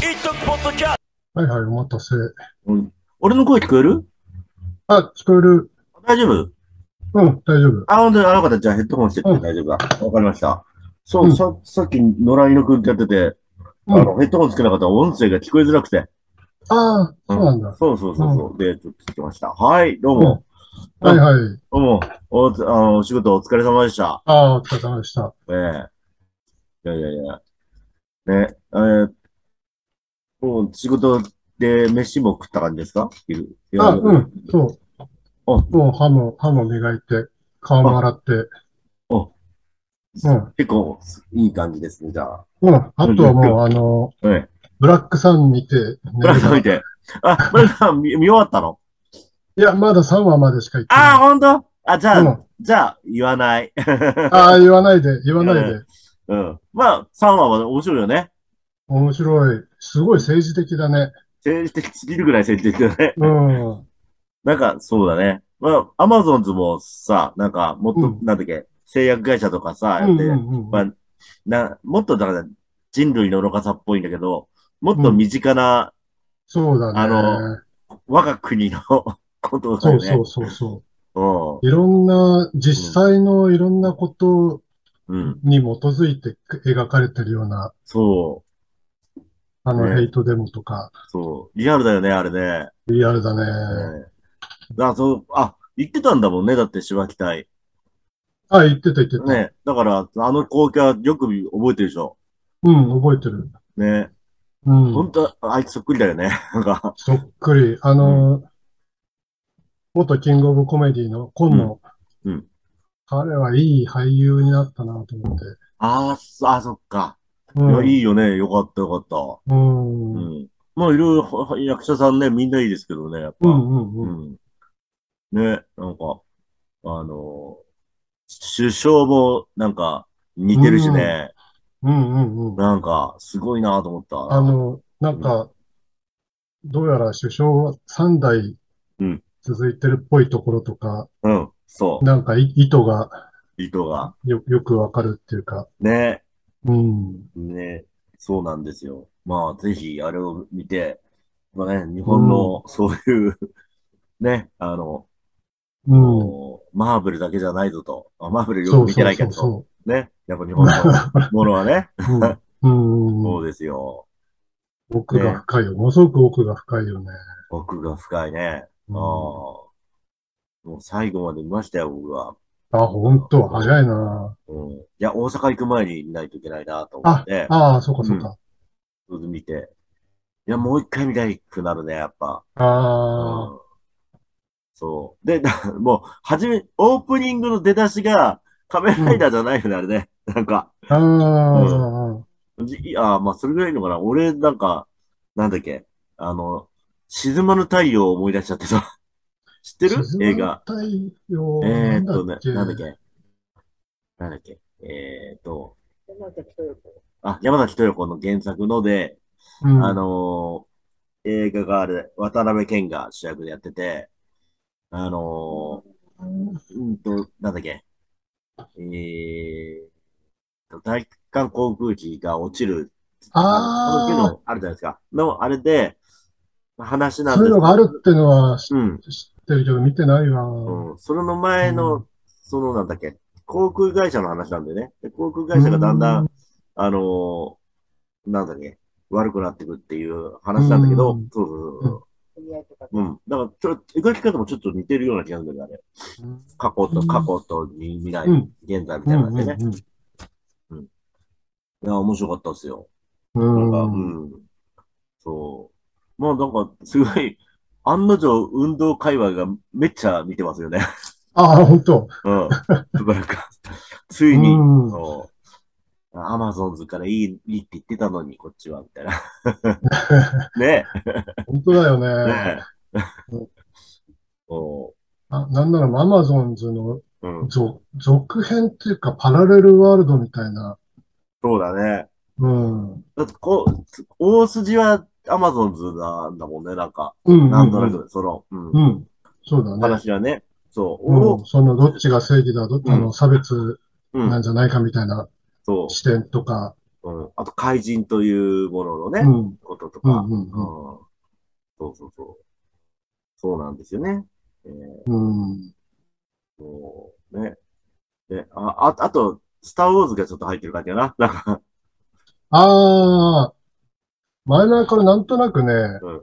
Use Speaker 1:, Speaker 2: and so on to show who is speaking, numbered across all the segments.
Speaker 1: イトポッドキャス
Speaker 2: はいはい、お待たせ。
Speaker 3: 俺の声聞こえる
Speaker 2: あ、聞こえる。
Speaker 3: 大丈夫
Speaker 2: うん、大丈夫。
Speaker 3: あ、本当にあの方じゃあヘッドホンしてて
Speaker 2: うん
Speaker 3: 大丈夫だ。わかりました。そう、
Speaker 2: うん
Speaker 3: ささっき野良犬くんってやってて、
Speaker 2: うん
Speaker 3: あの、ヘッドホンつけなかったら音声が聞こえづらくて。
Speaker 2: ああ、そうなんだ。
Speaker 3: そうそうそう。そうで、ちょっと聞きました。はい、どうも。う
Speaker 2: は
Speaker 3: ん
Speaker 2: いはい。
Speaker 3: どうも。おつ、あの、お仕事お疲れ様でした。
Speaker 2: ああ、お疲れ様でした。
Speaker 3: ねえ。いやいやいや。ね、えー、もう仕事で飯も食った感じですか昼。
Speaker 2: あ、うん、そ
Speaker 3: あ
Speaker 2: う。もう歯も、歯も磨いて、顔も洗って。うん
Speaker 3: 結構いい感じですね、じゃあ。
Speaker 2: うん、あとはもう、あの、
Speaker 3: はい。
Speaker 2: ブラックさん見て寝れ
Speaker 3: ブラ
Speaker 2: ば
Speaker 3: さん見て。あ、ブラさん見見終わったの
Speaker 2: いや、まだ3話までしか言って
Speaker 3: ああ、
Speaker 2: ない。
Speaker 3: ほんとあ、じゃあ、
Speaker 2: うん
Speaker 3: じゃあ、言わない。
Speaker 2: ああ、言わないで、言わないで。
Speaker 3: うん。まあ、3話は面白いよね。
Speaker 2: 面白い。すごい政治的だね。
Speaker 3: 政治的すぎるぐらい政治的だね。
Speaker 2: うん。
Speaker 3: なんか、そうだね。まあ、アマゾンズもさ、なんか、もっと、
Speaker 2: うん
Speaker 3: なんだっけ、製薬会社とかさ、
Speaker 2: う
Speaker 3: やっ
Speaker 2: ん
Speaker 3: て、
Speaker 2: うん
Speaker 3: ま
Speaker 2: うん。
Speaker 3: あ、な、もっとだから、人類の愚かさっぽいんだけど、もっと身近な
Speaker 2: そうだね。
Speaker 3: あの我が国の ことだ
Speaker 2: そ
Speaker 3: よ
Speaker 2: う
Speaker 3: ね。
Speaker 2: そうそうそう。
Speaker 3: そ
Speaker 2: いろんな、実際のいろんなこと
Speaker 3: うん。うん。
Speaker 2: に基づいて描かれてるような、
Speaker 3: そう。
Speaker 2: あの、
Speaker 3: ね
Speaker 2: ヘイトデモとか、
Speaker 3: そう。リアルだよね、あれね。
Speaker 2: リアルだね。
Speaker 3: ええだそう、あ、言ってたんだもんね、だって芝木隊。
Speaker 2: あ、言ってた言ってた。
Speaker 3: ね。だから、あの光景はよく覚えてるでしょ。
Speaker 2: うん、覚えてる。
Speaker 3: ね。
Speaker 2: う
Speaker 3: ほ
Speaker 2: ん。
Speaker 3: んと、あいつそっくりだよね。 なんか、
Speaker 2: そっくり。あの、元キングオブコメディの今野。
Speaker 3: うんうん
Speaker 2: 彼はいい俳優になったなと思って。
Speaker 3: あーそあ、そっか。
Speaker 2: う
Speaker 3: いや、
Speaker 2: ん。
Speaker 3: いいよね。よかった、よかっ
Speaker 2: う
Speaker 3: た。
Speaker 2: ん。
Speaker 3: う
Speaker 2: うん
Speaker 3: ん。まあ、いろいろ役者さんね、みんないいですけどね、やっ
Speaker 2: う
Speaker 3: ぱ。
Speaker 2: んうん。
Speaker 3: うんね、なんか、あのー首相も、なんか、似てるしね。
Speaker 2: うんうんうん。
Speaker 3: なんか、すごいなと思った。
Speaker 2: あの、なんか、どうやら首相は3代
Speaker 3: うん
Speaker 2: 続いてるっぽいところとか、
Speaker 3: うん、そ
Speaker 2: なんかい意図が
Speaker 3: う、意図が。
Speaker 2: よ、よくわかるっていうか、
Speaker 3: ね。
Speaker 2: うん。
Speaker 3: ね、そうなんですよ。まあ、ぜひ、あれを見て、まあね、日本のそういう、 ね、あの、
Speaker 2: うん。
Speaker 3: マーブルだけじゃないぞと。あマーブルよ
Speaker 2: そう
Speaker 3: く見
Speaker 2: そ
Speaker 3: て
Speaker 2: う
Speaker 3: ないけ
Speaker 2: そう
Speaker 3: ど、
Speaker 2: そ
Speaker 3: ね、やっぱ日 本のものはね、
Speaker 2: う。うん。う
Speaker 3: そ
Speaker 2: ん。
Speaker 3: うですよ。
Speaker 2: 奥が深いよ。ものすごく奥が深いよね。
Speaker 3: 奥が深いね。
Speaker 2: うん
Speaker 3: ああ。もう最後まで見ましたよ、僕は。
Speaker 2: あ、ほんと、早いな。
Speaker 3: うん。いや、大阪行く前に見ないといけないなと思っ
Speaker 2: あ
Speaker 3: て、、
Speaker 2: ああ、そうかそうか。
Speaker 3: それで見て。いや、もう一回見たいくなるね、やっぱ。
Speaker 2: ああ、
Speaker 3: そう。で、なもう、はじめ、オープニングの出だしが、仮面ライダーじゃないよね、あれね。なんか、
Speaker 2: ああ、
Speaker 3: じあーまあ、それぐらいいいのかな。俺、なんか、なんだっけ、あの、沈まぬ太陽を思い出しちゃってさ。 知ってる
Speaker 2: 静ま
Speaker 3: 映
Speaker 2: る
Speaker 3: 画。
Speaker 2: 太陽、な
Speaker 3: えー
Speaker 2: ん
Speaker 3: っ
Speaker 2: だ
Speaker 3: と
Speaker 2: っ
Speaker 3: ね、
Speaker 2: け。
Speaker 3: なんだっけ。なんだっけ。えーっと、あ、山崎豊子の原作ので、
Speaker 2: うん。
Speaker 3: あのー映画があれ、渡辺謙が主役でやってて、あのーうんと、なんだっけ。えーと、大韓航空機が落ちる。
Speaker 2: あー
Speaker 3: ののあるじゃないですか。の、あれで、話なん
Speaker 2: そう
Speaker 3: で
Speaker 2: いうの
Speaker 3: す
Speaker 2: があるってのは知
Speaker 3: うん。
Speaker 2: 知ってるけど見てないわ。
Speaker 3: うん。それの前の、
Speaker 2: うん
Speaker 3: そのなんだっけ、航空会社の話なんだよね。で航空会社がだんだん、
Speaker 2: う
Speaker 3: あのーなんだっけ、悪くなってくっていう話なんだけど、
Speaker 2: うん
Speaker 3: そうそうそうそう。うん。だから、ちょっと、描き方もちょっと似てるような気がするんだよね。過去と、
Speaker 2: うん
Speaker 3: 過去と未来、
Speaker 2: うん
Speaker 3: 現在み
Speaker 2: う
Speaker 3: たい
Speaker 2: ん
Speaker 3: な感じでね。いや、面白かったですよ。なんか、
Speaker 2: うんうん。
Speaker 3: うん。そう。まあ、なんか、すごい、 案の定、運動界隈がめっちゃ見てますよね。
Speaker 2: ああ、本当。
Speaker 3: うん。なんか、ついうに、
Speaker 2: ん。
Speaker 3: そう。アマゾンズからいい、いいって言ってたのに、こっちは、みたいな。ね
Speaker 2: 本当だよ
Speaker 3: え。
Speaker 2: ね。
Speaker 3: ねえ。そ
Speaker 2: あなんならアマゾンズの
Speaker 3: う。うん。
Speaker 2: 続続編っていうかパラレルワールドみたいな。
Speaker 3: そうだね。
Speaker 2: うん。うん
Speaker 3: だって、こう、大筋はアマゾンズなんだもんね、なんか。
Speaker 2: うん。
Speaker 3: なんとなく、その、うん。
Speaker 2: うん。そうだね。
Speaker 3: 話はね。そう。
Speaker 2: うん。そのどっちが正義だ、ど
Speaker 3: うん
Speaker 2: あの差別
Speaker 3: うん
Speaker 2: なんじゃないかみたいな
Speaker 3: そう。
Speaker 2: 視点とか。
Speaker 3: うん。あと、怪人というもののね、
Speaker 2: うん。
Speaker 3: ことと
Speaker 2: う
Speaker 3: か、
Speaker 2: ん。うん
Speaker 3: うん。そうそうそう。そうなんですよね。えー
Speaker 2: うん。うん。
Speaker 3: もう、ね。で、あ、あ、あと、スターウォーズがちょっと入ってる感じやな。なんか、
Speaker 2: ああ、前々からなんとなくね、
Speaker 3: うん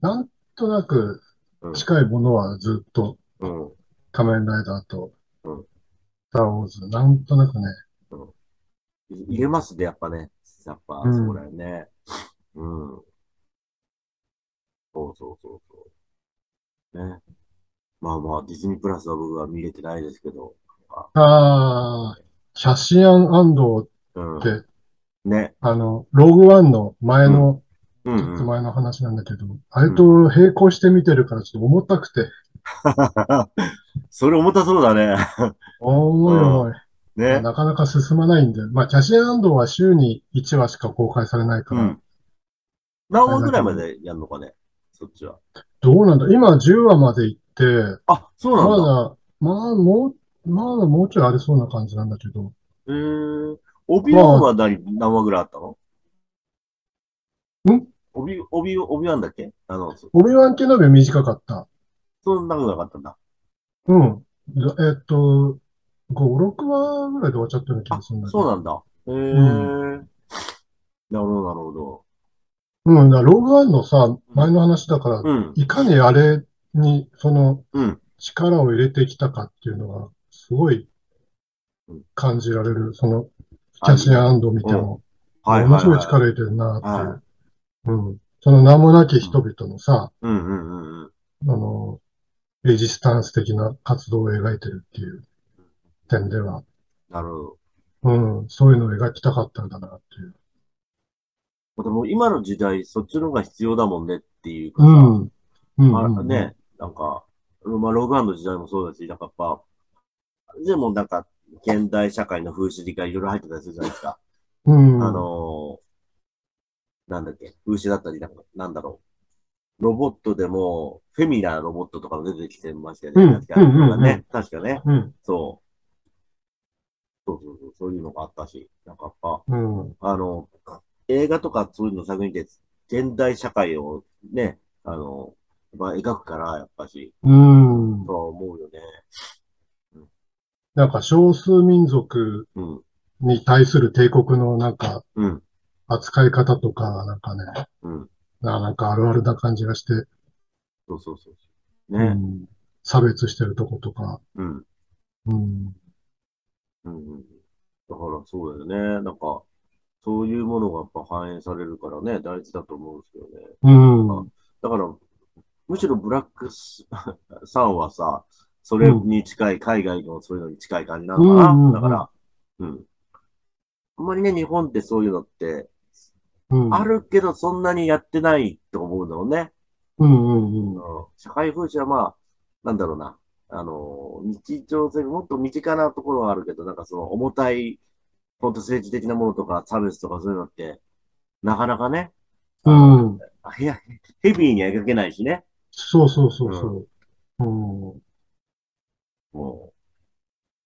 Speaker 2: なんとなく
Speaker 3: うん
Speaker 2: 近いものはずっと
Speaker 3: うん。
Speaker 2: 仮面ライダーと
Speaker 3: うん
Speaker 2: スターウォーズ、なんとなくね。
Speaker 3: い入れますね、やっぱね。やっぱ、
Speaker 2: うん
Speaker 3: そうだよね。うん。そうそうそうそう。ね。まあまあ、ディズニープラスは僕は見れてないですけど。
Speaker 2: ああ、キャシアン・アンドー、
Speaker 3: うん。
Speaker 2: で
Speaker 3: ね。
Speaker 2: あの、ローグワンの前の、ち
Speaker 3: う
Speaker 2: ょっと
Speaker 3: ん、うん。
Speaker 2: 前の話なんだけど、あれと並行して見てるからちょっと重たくて、
Speaker 3: それ重たそうだね。
Speaker 2: 重い重い。
Speaker 3: ね。
Speaker 2: なかなか進まないんで、まあ、キャシアン・アンドーは週に1話しか公開されないか
Speaker 3: う
Speaker 2: ら、
Speaker 3: ん。何話ぐらいまでやるのかね、そっちは。
Speaker 2: どうなんだ今10話まで行って、
Speaker 3: あ、そう
Speaker 2: ま
Speaker 3: なんだ。
Speaker 2: だ、まあ、もう、まだもうちょいありそうな感じなんだけど、
Speaker 3: えー、帯ワンは何、何話ぐらいあったの
Speaker 2: ん
Speaker 3: 帯、帯、帯ワンだっけあの、そ
Speaker 2: オビワン・ケノビは短かった。
Speaker 3: そんなことなかったんだ。
Speaker 2: うん。だえっと、5、6話ぐらいで終わっちゃったような気
Speaker 3: あ、
Speaker 2: がするんだけ
Speaker 3: そう
Speaker 2: ど。
Speaker 3: なんだ。えー、なるほど、なるほど。
Speaker 2: うん、だからローグワンのさ、前の話だから、
Speaker 3: うん、
Speaker 2: いかにあれに、その、
Speaker 3: うん、
Speaker 2: 力を入れてきたかっていうのが、すごい感じられる。その、キャシアン・アンド見ても、
Speaker 3: はい、
Speaker 2: もの
Speaker 3: はい、
Speaker 2: すごい
Speaker 3: はい。
Speaker 2: 力入れてるなっていう
Speaker 3: は。
Speaker 2: うん。その名もなき人々のさ、
Speaker 3: うん、うん、うんうん。
Speaker 2: あの、レジスタンス的な活動を描いてるっていう点では、
Speaker 3: なるほど。
Speaker 2: うん、そういうのを描きたかったんだなっていう。
Speaker 3: でも今の時代、そっちの方が必要だもんねっていうか
Speaker 2: う
Speaker 3: さ、
Speaker 2: ん。うん、
Speaker 3: あ
Speaker 2: うん。
Speaker 3: ね、なんか、まあ、ログアンの時代もそうだし、なんかやっぱ、でもなんか、現代社会の風刺がいろいろ入ってたりするじゃないですか。
Speaker 2: うん。
Speaker 3: あのーなんだっけ、風刺だったりなんか、なんだろう。ロボットでも、フェミなロボットとかも出てきてましたよね。
Speaker 2: うん
Speaker 3: 確か
Speaker 2: うんうんうん
Speaker 3: ね。確かね。
Speaker 2: うん、
Speaker 3: そう。そうそうそう、そういうのがあったし、なんかやっぱ、
Speaker 2: うん。
Speaker 3: あの、映画とかそういうの作品で、現代社会をね、あの、まあ、描くから、やっぱし、
Speaker 2: うん。
Speaker 3: とは思うよね。
Speaker 2: なんか少数民族
Speaker 3: うん、
Speaker 2: に対する帝国のなんか
Speaker 3: うん、
Speaker 2: 扱い方とか、なんかね、
Speaker 3: うん。
Speaker 2: ななんかあるあるな感じがして、
Speaker 3: そうそうそうそう。
Speaker 2: う
Speaker 3: ね。
Speaker 2: ん、差別してるとことか、
Speaker 3: うん、
Speaker 2: うん、
Speaker 3: うん、うん。だからそうだよね。なんか、そういうものがやっぱ反映されるからね、大事だと思うんですけどね。
Speaker 2: うん、
Speaker 3: だから、むしろブラックス さんはさ、それに近い、海外のそういうのに近い感じなのかな。
Speaker 2: うんうんうん
Speaker 3: だから、うん。あんまりね、日本ってそういうのって、
Speaker 2: うん、
Speaker 3: あるけどそんなにやってないと思うんだろうね。
Speaker 2: うん、うん、うん、
Speaker 3: うん社会風刺はまあ、なんだろうな。あの、日常性、もっと身近なところはあるけど、なんかその重たい、本当政治的なものとか差別とかそういうのって、なかなかね、
Speaker 2: うん、
Speaker 3: あいやヘビーには描けないしね。
Speaker 2: そうそうそうそう、うん、
Speaker 3: も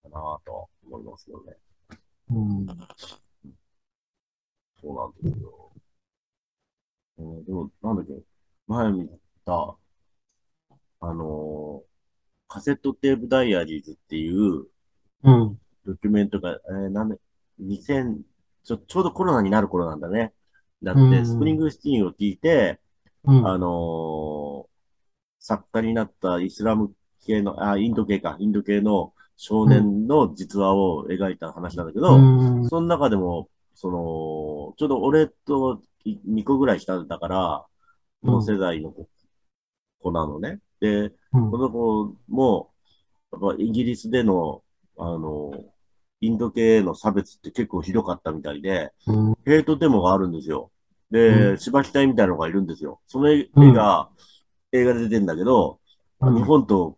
Speaker 3: う、かなぁと思いますけどね。
Speaker 2: うん、
Speaker 3: そうなんですよ。えーでも、なんだっけ、前見た、あのーカセットテープダイアリーズっていう
Speaker 2: うん、
Speaker 3: ドキュメントが、えー、なんで、2000ちょ、ちょうどコロナになる頃なんだね。だ
Speaker 2: う
Speaker 3: って、
Speaker 2: ん
Speaker 3: スプリングスティーンを聞いて、
Speaker 2: うん、
Speaker 3: あのー作家になったイスラム系の、あ、インド系か、インド系の少年の実話を描いた話なんだけど、
Speaker 2: うん、
Speaker 3: その中でも、その、ちょうど俺と2個ぐらい下だから、
Speaker 2: う
Speaker 3: の
Speaker 2: ん
Speaker 3: 世代の子子なのね。で、
Speaker 2: うん
Speaker 3: この子も、やっぱイギリスでの、あの、インド系への差別って結構ひどかったみたいで、
Speaker 2: うん、
Speaker 3: ヘイトデモがあるんですよ。
Speaker 2: う
Speaker 3: で、芝死体みたいなのがいるんですよ。その絵
Speaker 2: うん
Speaker 3: が、映画で出てんだけど、
Speaker 2: うん
Speaker 3: 日本と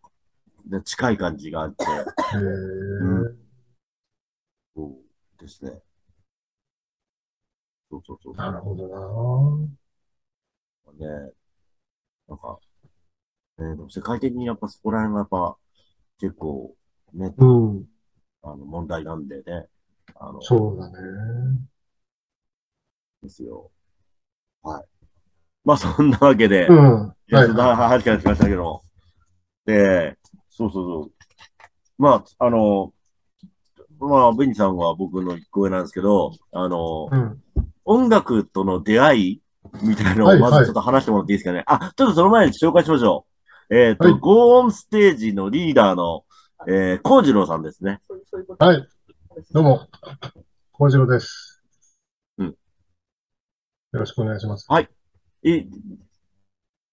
Speaker 3: ね近い感じがあって、
Speaker 2: へー
Speaker 3: そうですね。そうそうそう。
Speaker 2: なるほど
Speaker 3: ね、なんか、えーでも世界的にやっぱそこら辺がやっぱ結構ね、
Speaker 2: なうん、
Speaker 3: あの問題なんでね、あの、
Speaker 2: そうだね。
Speaker 3: ですよ。はい。まあ、そんなわけで、
Speaker 2: うん。はい
Speaker 3: や、ちょっとはは話からしましたけど。で、そうそうそう。まあ、あの、まあ、ベニさんは僕の一個上なんですけど、あの、
Speaker 2: い。うん。
Speaker 3: 音楽との出会いみたいなの
Speaker 2: は
Speaker 3: を
Speaker 2: い
Speaker 3: まずちょっと話してもらっていいですかね。あ、ちょっとその前に紹介しましょう。えっ、と、
Speaker 2: はい
Speaker 3: ゴーンステージのリーダーの、えー、コウジロウさんですね。
Speaker 2: はい。どうも、幸次郎です。
Speaker 3: うん
Speaker 2: よろしくお願いします。
Speaker 3: い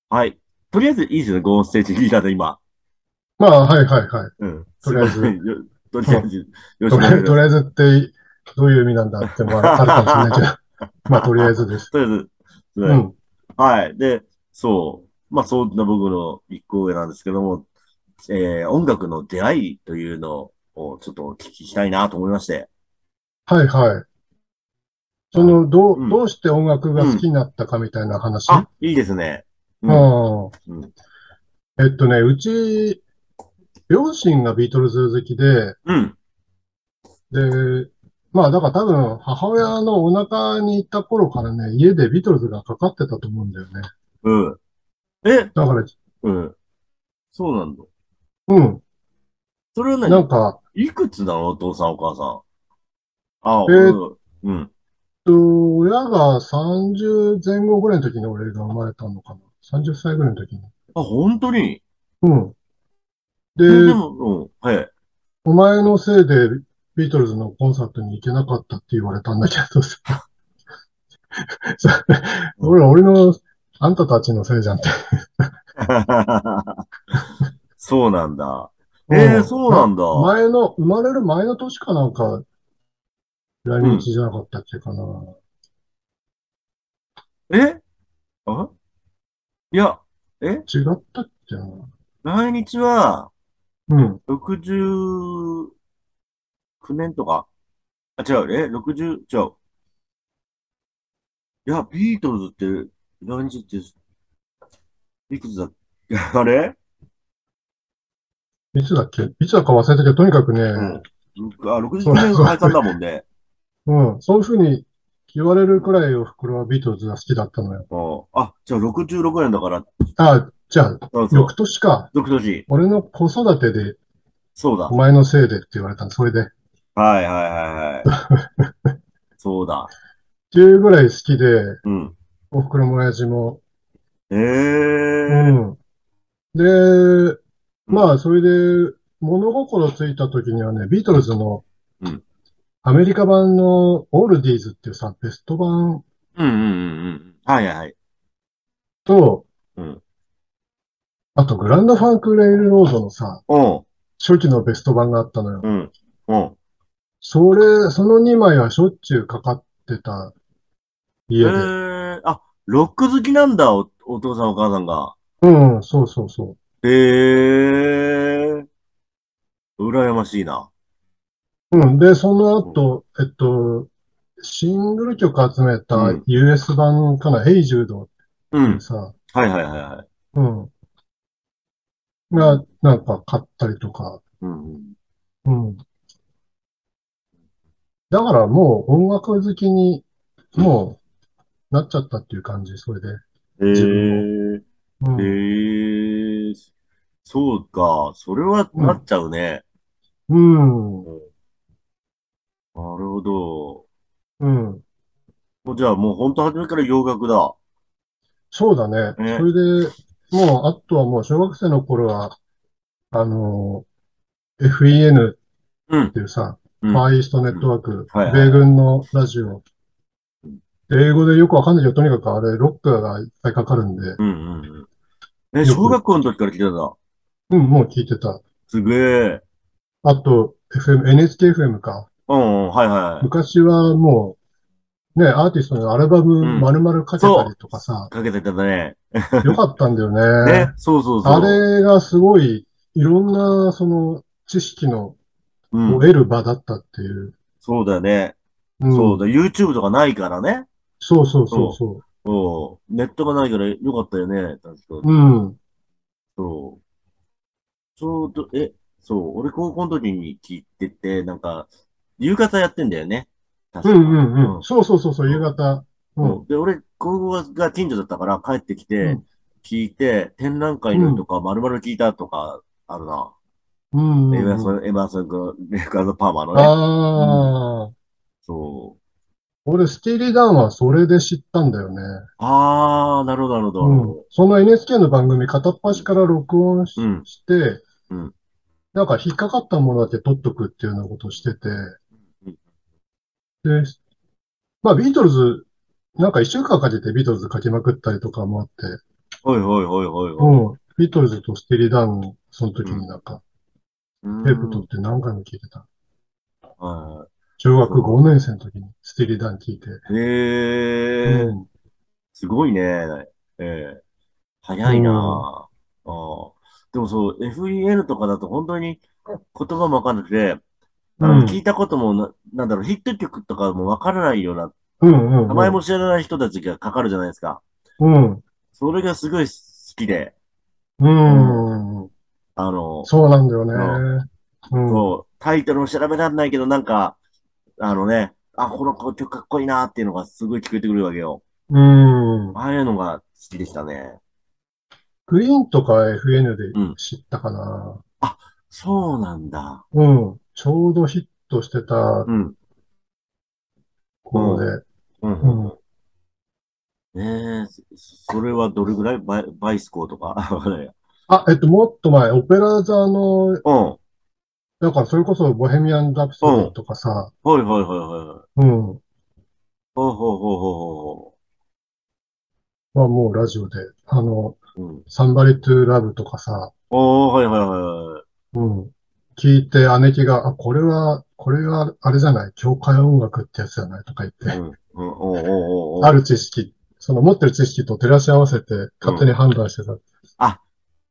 Speaker 3: はい。とりあえずいいですよね、ゴーンステージリーダーで今。
Speaker 2: まあ、はいはいはい。
Speaker 3: うん。
Speaker 2: とりあえず
Speaker 3: すいませんよとりあえず、よろしく
Speaker 2: と
Speaker 3: お
Speaker 2: りあえず、
Speaker 3: 願いします。
Speaker 2: とりあえずって、どういう意味なんだってもあるかもしれないけど、 まあ、とりあえずです。
Speaker 3: とりあえず、
Speaker 2: う。
Speaker 3: うんはい。で、そう。まあ、そんな僕の一個上なんですけども、えー、音楽の出会いというのをちょっとお聞きしたいなと思いまして。
Speaker 2: はいはい。その、ど
Speaker 3: うん
Speaker 2: う、どうして音楽が好きになったかみたいな話。
Speaker 3: あ、いいですね。う。
Speaker 2: うんん。
Speaker 3: うん。
Speaker 2: えっとね、うち、両親がビートルズ好きで、
Speaker 3: うん。
Speaker 2: で、まあだから多分母親のお腹にいた頃からね、家でビートルズがかかってたと思うんだよね。
Speaker 3: うん。え
Speaker 2: だから、
Speaker 3: うん。そうなんだ。
Speaker 2: うん、
Speaker 3: それは
Speaker 2: な
Speaker 3: 何
Speaker 2: んか、
Speaker 3: いくつなのお父さんお母さん。あ、
Speaker 2: えー
Speaker 3: うん。うん。
Speaker 2: えっと親が30前後ぐらいの時に俺が生まれたのかな。30歳ぐらいの時に。
Speaker 3: あ、本当に
Speaker 2: うん。
Speaker 3: え
Speaker 2: で、
Speaker 3: でも、うん。はい。
Speaker 2: お前のせいでビートルズのコンサートに行けなかったって言われたんだけどさ。 それ俺、俺の、あんたたちのせいじゃんって。
Speaker 3: そうなんだ。えー、そうなんだ。
Speaker 2: 前の、生まれる前の年かなんか、来日じゃなかったっけかな。
Speaker 3: えあいや、え
Speaker 2: 違ったっけな。
Speaker 3: 来日は
Speaker 2: うん。
Speaker 3: 69年とかあ、違う、え ?60、違う。いや、ビートルズって、来日って、いくつだっけあれ
Speaker 2: いつだっけいつだか忘れたけど、とにかくね、
Speaker 3: うん。あ、69年解散だもん ね。
Speaker 2: うん、そういうふうに言われるくらいおふくろはビートルズが好きだったのよ。
Speaker 3: うんあ、じゃあ66年だから、
Speaker 2: あ、じゃあ、
Speaker 3: そうそう
Speaker 2: 翌。年か。
Speaker 3: 翌年。
Speaker 2: 俺の子育てで、
Speaker 3: そうだ
Speaker 2: お。前のせいでって言われたの、それで。っ
Speaker 3: はいはいはい はい。そうだ。
Speaker 2: ていうぐらい好きで、
Speaker 3: うん。
Speaker 2: おふくろも親父も。
Speaker 3: え
Speaker 2: う
Speaker 3: ー。
Speaker 2: ん。で、まあ、それで、物心ついた時にはね、ビートルズの
Speaker 3: うん、
Speaker 2: アメリカ版のオールディーズっていうさ、ベスト版
Speaker 3: うんうんうんうん。はいはいはい。
Speaker 2: と
Speaker 3: うん、
Speaker 2: あとグランドファンクレイルロードのさ、
Speaker 3: うん。
Speaker 2: 初期のベスト版があったのよ。
Speaker 3: うん。うん。
Speaker 2: それ、その2枚はしょっちゅうかかってた
Speaker 3: え
Speaker 2: 家で。
Speaker 3: ー、あ、ロック好きなんだ、お、お父さんお母さんが。
Speaker 2: うん、そうそうそ
Speaker 3: えー。羨ましいな。
Speaker 2: う。うん、で、その後、えっと、シングル曲集め
Speaker 3: う
Speaker 2: た
Speaker 3: ん
Speaker 2: US 版かな、ヘイジュードっ
Speaker 3: う
Speaker 2: て
Speaker 3: ん。
Speaker 2: さ、
Speaker 3: はいはいはいはい。
Speaker 2: うん。が、なんか買ったりとか、
Speaker 3: うんうん。
Speaker 2: うん。だからもう音楽好きに、もう、なっちゃったっていう感じ、それで。
Speaker 3: え
Speaker 2: 自
Speaker 3: ー。
Speaker 2: うん
Speaker 3: えー。そうか。それはなっちゃうね。
Speaker 2: うん、
Speaker 3: なるほど。
Speaker 2: うん。
Speaker 3: もうじゃあもう本当初めから洋楽だ。
Speaker 2: そうだね。
Speaker 3: ね
Speaker 2: それで、もう、あとはもう、小学生の頃は、あの、FEN
Speaker 3: うん
Speaker 2: っていうさ、
Speaker 3: うん
Speaker 2: ファーイーストネットワーク、
Speaker 3: はいはい
Speaker 2: 米軍のラジオ
Speaker 3: うん。
Speaker 2: で英語でよくわかんないけど、とにかくあれ、ロックがいっぱいかかるんで、
Speaker 3: うんうんうん。え、
Speaker 2: よく
Speaker 3: 小学校の時から聞いてたんだ。
Speaker 2: うん、もう聞いてた。
Speaker 3: すげえ。
Speaker 2: あと、FM、NHKFM か。
Speaker 3: うんうん、はいはいは
Speaker 2: 昔はもう、ね、アーティストのアルバム
Speaker 3: うん
Speaker 2: 丸々かけたりとかさ
Speaker 3: い。、かけてたね。
Speaker 2: よかったんだよ
Speaker 3: ね
Speaker 2: ね。、
Speaker 3: そうそうそう。
Speaker 2: あれがすごい、いろんな、その、知識の、
Speaker 3: う
Speaker 2: を
Speaker 3: ん、
Speaker 2: 得る場だったっていう。
Speaker 3: そうだよね。
Speaker 2: うん
Speaker 3: そうだ、YouTube とかないからね。
Speaker 2: そうそうそうそ
Speaker 3: そう。ネットがないからよかったよね。確か
Speaker 2: う。うん。
Speaker 3: そう。ちょうど、え、そう、俺高校の時に聞いてて、なんか、夕方やってんだよね。
Speaker 2: う
Speaker 3: 確か
Speaker 2: んうんう
Speaker 3: うん
Speaker 2: ん。そうそうそうそう、夕方。うん。
Speaker 3: で、俺、高校が近所だったから帰ってき
Speaker 2: う
Speaker 3: て
Speaker 2: ん、
Speaker 3: 聞いて、展覧会のとか、丸々聞いたとか、あるな。
Speaker 2: うんうん
Speaker 3: エマー
Speaker 2: うん。
Speaker 3: ソン、エマーソン君、レイカーズ・パーマのね。
Speaker 2: ああ、
Speaker 3: そう。
Speaker 2: 俺、スティーリー・ダンはそれで知ったんだよね。
Speaker 3: あー、なるほど、なるほど。
Speaker 2: うん。その NHK の番組片っ端から録音し
Speaker 3: うん
Speaker 2: して
Speaker 3: うん、
Speaker 2: なんか引っかかったものだけ取っとくっていうようなことをしてて、
Speaker 3: うん
Speaker 2: で、まあビートルズ、なんか一週間かけてビートルズ書きまくったりとかもあって、
Speaker 3: おいおいおいおいおい。
Speaker 2: うん。ビートルズとスティーリー・ダンのその時になんか
Speaker 3: うん
Speaker 2: テープ取って何回も聞いてた。
Speaker 3: は
Speaker 2: 中学5年生の時にスティーリー・ダン聞いて。
Speaker 3: いへー、
Speaker 2: うん
Speaker 3: すごいね。ええ早いなああ。でもそう、FEN とかだと本当に言葉もわかんなくて、あ
Speaker 2: う
Speaker 3: の
Speaker 2: ん
Speaker 3: 聞いたこともな、なんだろう、ヒット曲とかもわからないような、
Speaker 2: うんうん。
Speaker 3: 名前も知らない人たちがかかるじゃないですか。
Speaker 2: うん。
Speaker 3: それがすごい好きで、
Speaker 2: うん。
Speaker 3: あの、
Speaker 2: そうなんだよね。うん。
Speaker 3: そう、タイトルも調べられないけど、なんか、あのね、あ、この曲かっこいいなっていうのがすごい聞こえてくるわけよ。
Speaker 2: うん。
Speaker 3: ああいうのが好きでしたね。
Speaker 2: グリーンとか FN で
Speaker 3: うん
Speaker 2: 知ったかな。
Speaker 3: そうなんだ。
Speaker 2: うん。ちょうどヒットしてた
Speaker 3: うん。
Speaker 2: 頃で。
Speaker 3: うん。
Speaker 2: うん。
Speaker 3: ねえ、そそれはどれぐらいバイ、バイスコーとか わかんないや
Speaker 2: あ、えっと、もっと前、オペラ座の、
Speaker 3: うん。はい
Speaker 2: だからそれこそボヘミアン・ラプソディとかさ、
Speaker 3: はいはいはい。
Speaker 2: うん。
Speaker 3: ほうほうほうほうほ
Speaker 2: はもうラジオで、あの、
Speaker 3: うほう。うん。
Speaker 2: サンバリトゥ・ラブとかさ、
Speaker 3: おー、はいはいはいはい。
Speaker 2: うん。聞いて姉貴が、あ、これは、これはあれじゃない、教会音楽ってやつじゃないとか言って、
Speaker 3: うん。うん、おーおーおーお
Speaker 2: あ
Speaker 3: ー
Speaker 2: る知識、その持ってる知識と照らし合わせて勝手に判断してた。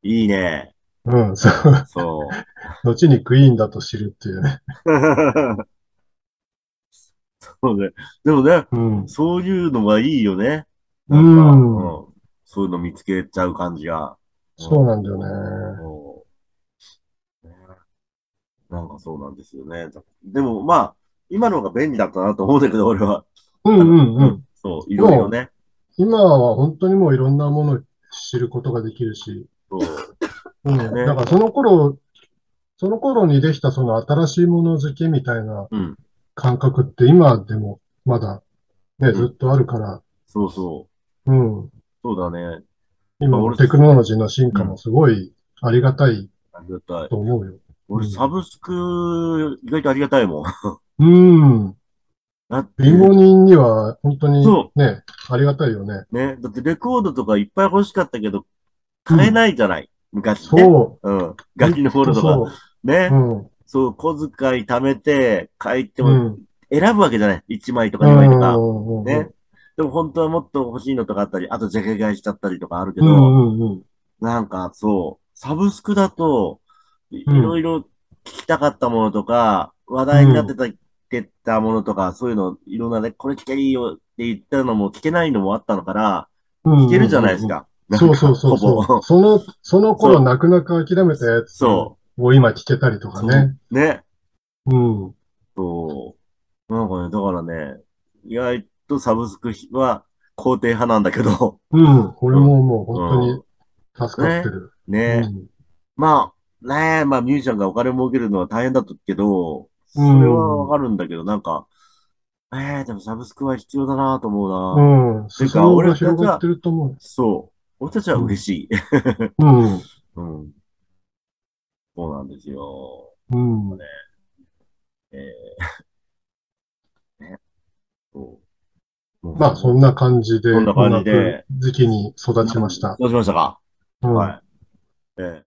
Speaker 3: いいね。
Speaker 2: うん、 そう。
Speaker 3: そう。
Speaker 2: 後にクイーンだと知るっていうね。
Speaker 3: そうね。でもね、
Speaker 2: うん。
Speaker 3: そういうのがいいよね。
Speaker 2: う
Speaker 3: なんか、
Speaker 2: ん。
Speaker 3: うんそういうの見つけちゃう感じが。
Speaker 2: そうなんだよ
Speaker 3: うん
Speaker 2: ね。
Speaker 3: ねなんかそうなんですよね。でもまあ、今のが便利だったなと思うんだけど、俺は。
Speaker 2: うんうんうん。
Speaker 3: そう、いろいろね。
Speaker 2: 今は本当にもういろんなものを知ることができるし、
Speaker 3: そう。
Speaker 2: うん。
Speaker 3: ね
Speaker 2: だからその頃、その頃にできたその新しいもの好きみたいな
Speaker 3: うん。
Speaker 2: 感覚って今でもまだね、
Speaker 3: ん
Speaker 2: ずっとあるから、
Speaker 3: そうそう。
Speaker 2: うん。
Speaker 3: そうだね。
Speaker 2: 今のテクノロジーの進化もすごいありがたい
Speaker 3: ありがたい。
Speaker 2: と思うよ。
Speaker 3: 俺、サブスク、意外とありがたいも
Speaker 2: う
Speaker 3: ん。
Speaker 2: ん。
Speaker 3: だって、
Speaker 2: 貧乏人には本当に
Speaker 3: そ
Speaker 2: ね、ありがたいよね。
Speaker 3: ね。だってレコードとかいっぱい欲しかったけど、買えないじゃない。昔ね。
Speaker 2: そう。
Speaker 3: うん。楽器のホールとか。
Speaker 2: そう
Speaker 3: ね。
Speaker 2: うん。
Speaker 3: そう、小遣い貯めて、買いって
Speaker 2: う
Speaker 3: も、
Speaker 2: ん。
Speaker 3: 選ぶわけじゃない。1枚とか
Speaker 2: う
Speaker 3: 2枚
Speaker 2: ん
Speaker 3: とか。
Speaker 2: うんうん
Speaker 3: ね。でも本当はもっと欲しいのとかあったり、あとジャケ買いしちゃったりとかあるけ
Speaker 2: う
Speaker 3: ど、
Speaker 2: んうんうん。
Speaker 3: なんかそう、サブスクだと、いい
Speaker 2: うん
Speaker 3: ろいろ聞きたかったものとか、話題になってた、てたものとか、そういうの、いろんなね、これ聞けばいいよって言ったのも聞けないのもあったのから、
Speaker 2: うん
Speaker 3: 聞けるじゃないです。か。
Speaker 2: そうそうそう
Speaker 3: なんか
Speaker 2: そ
Speaker 3: ほ
Speaker 2: う。そ
Speaker 3: ぼ。
Speaker 2: の、その頃泣く泣く諦めたやつ
Speaker 3: そ
Speaker 2: を今聞けたりとかね。
Speaker 3: う。ね。
Speaker 2: うん。
Speaker 3: そう。なんかね、だからね、意外とサブスクは肯定派なんだけど、
Speaker 2: うん。俺ももう本当に助かってる。
Speaker 3: ね。まあ、ねえ、まあ、ミュージシャンがお金儲けるのは大変だったけど、それはわかるんだけど、なんか、ええでもサブスクは必要だなと思う
Speaker 2: う
Speaker 3: な。
Speaker 2: ん。うん。
Speaker 3: て
Speaker 2: 裾
Speaker 3: か
Speaker 2: 野
Speaker 3: 俺
Speaker 2: が
Speaker 3: たちは
Speaker 2: 広がってると思
Speaker 3: そう。俺たちは嬉しい。
Speaker 2: う。うん。
Speaker 3: うん。そうなんですよ。
Speaker 2: うん。
Speaker 3: ええ ね。そう。もう
Speaker 2: まあ、そんな感じで、
Speaker 3: そんな感じで
Speaker 2: 音楽好きに育ちました。
Speaker 3: どうしましたか
Speaker 2: うん
Speaker 3: はい。ええ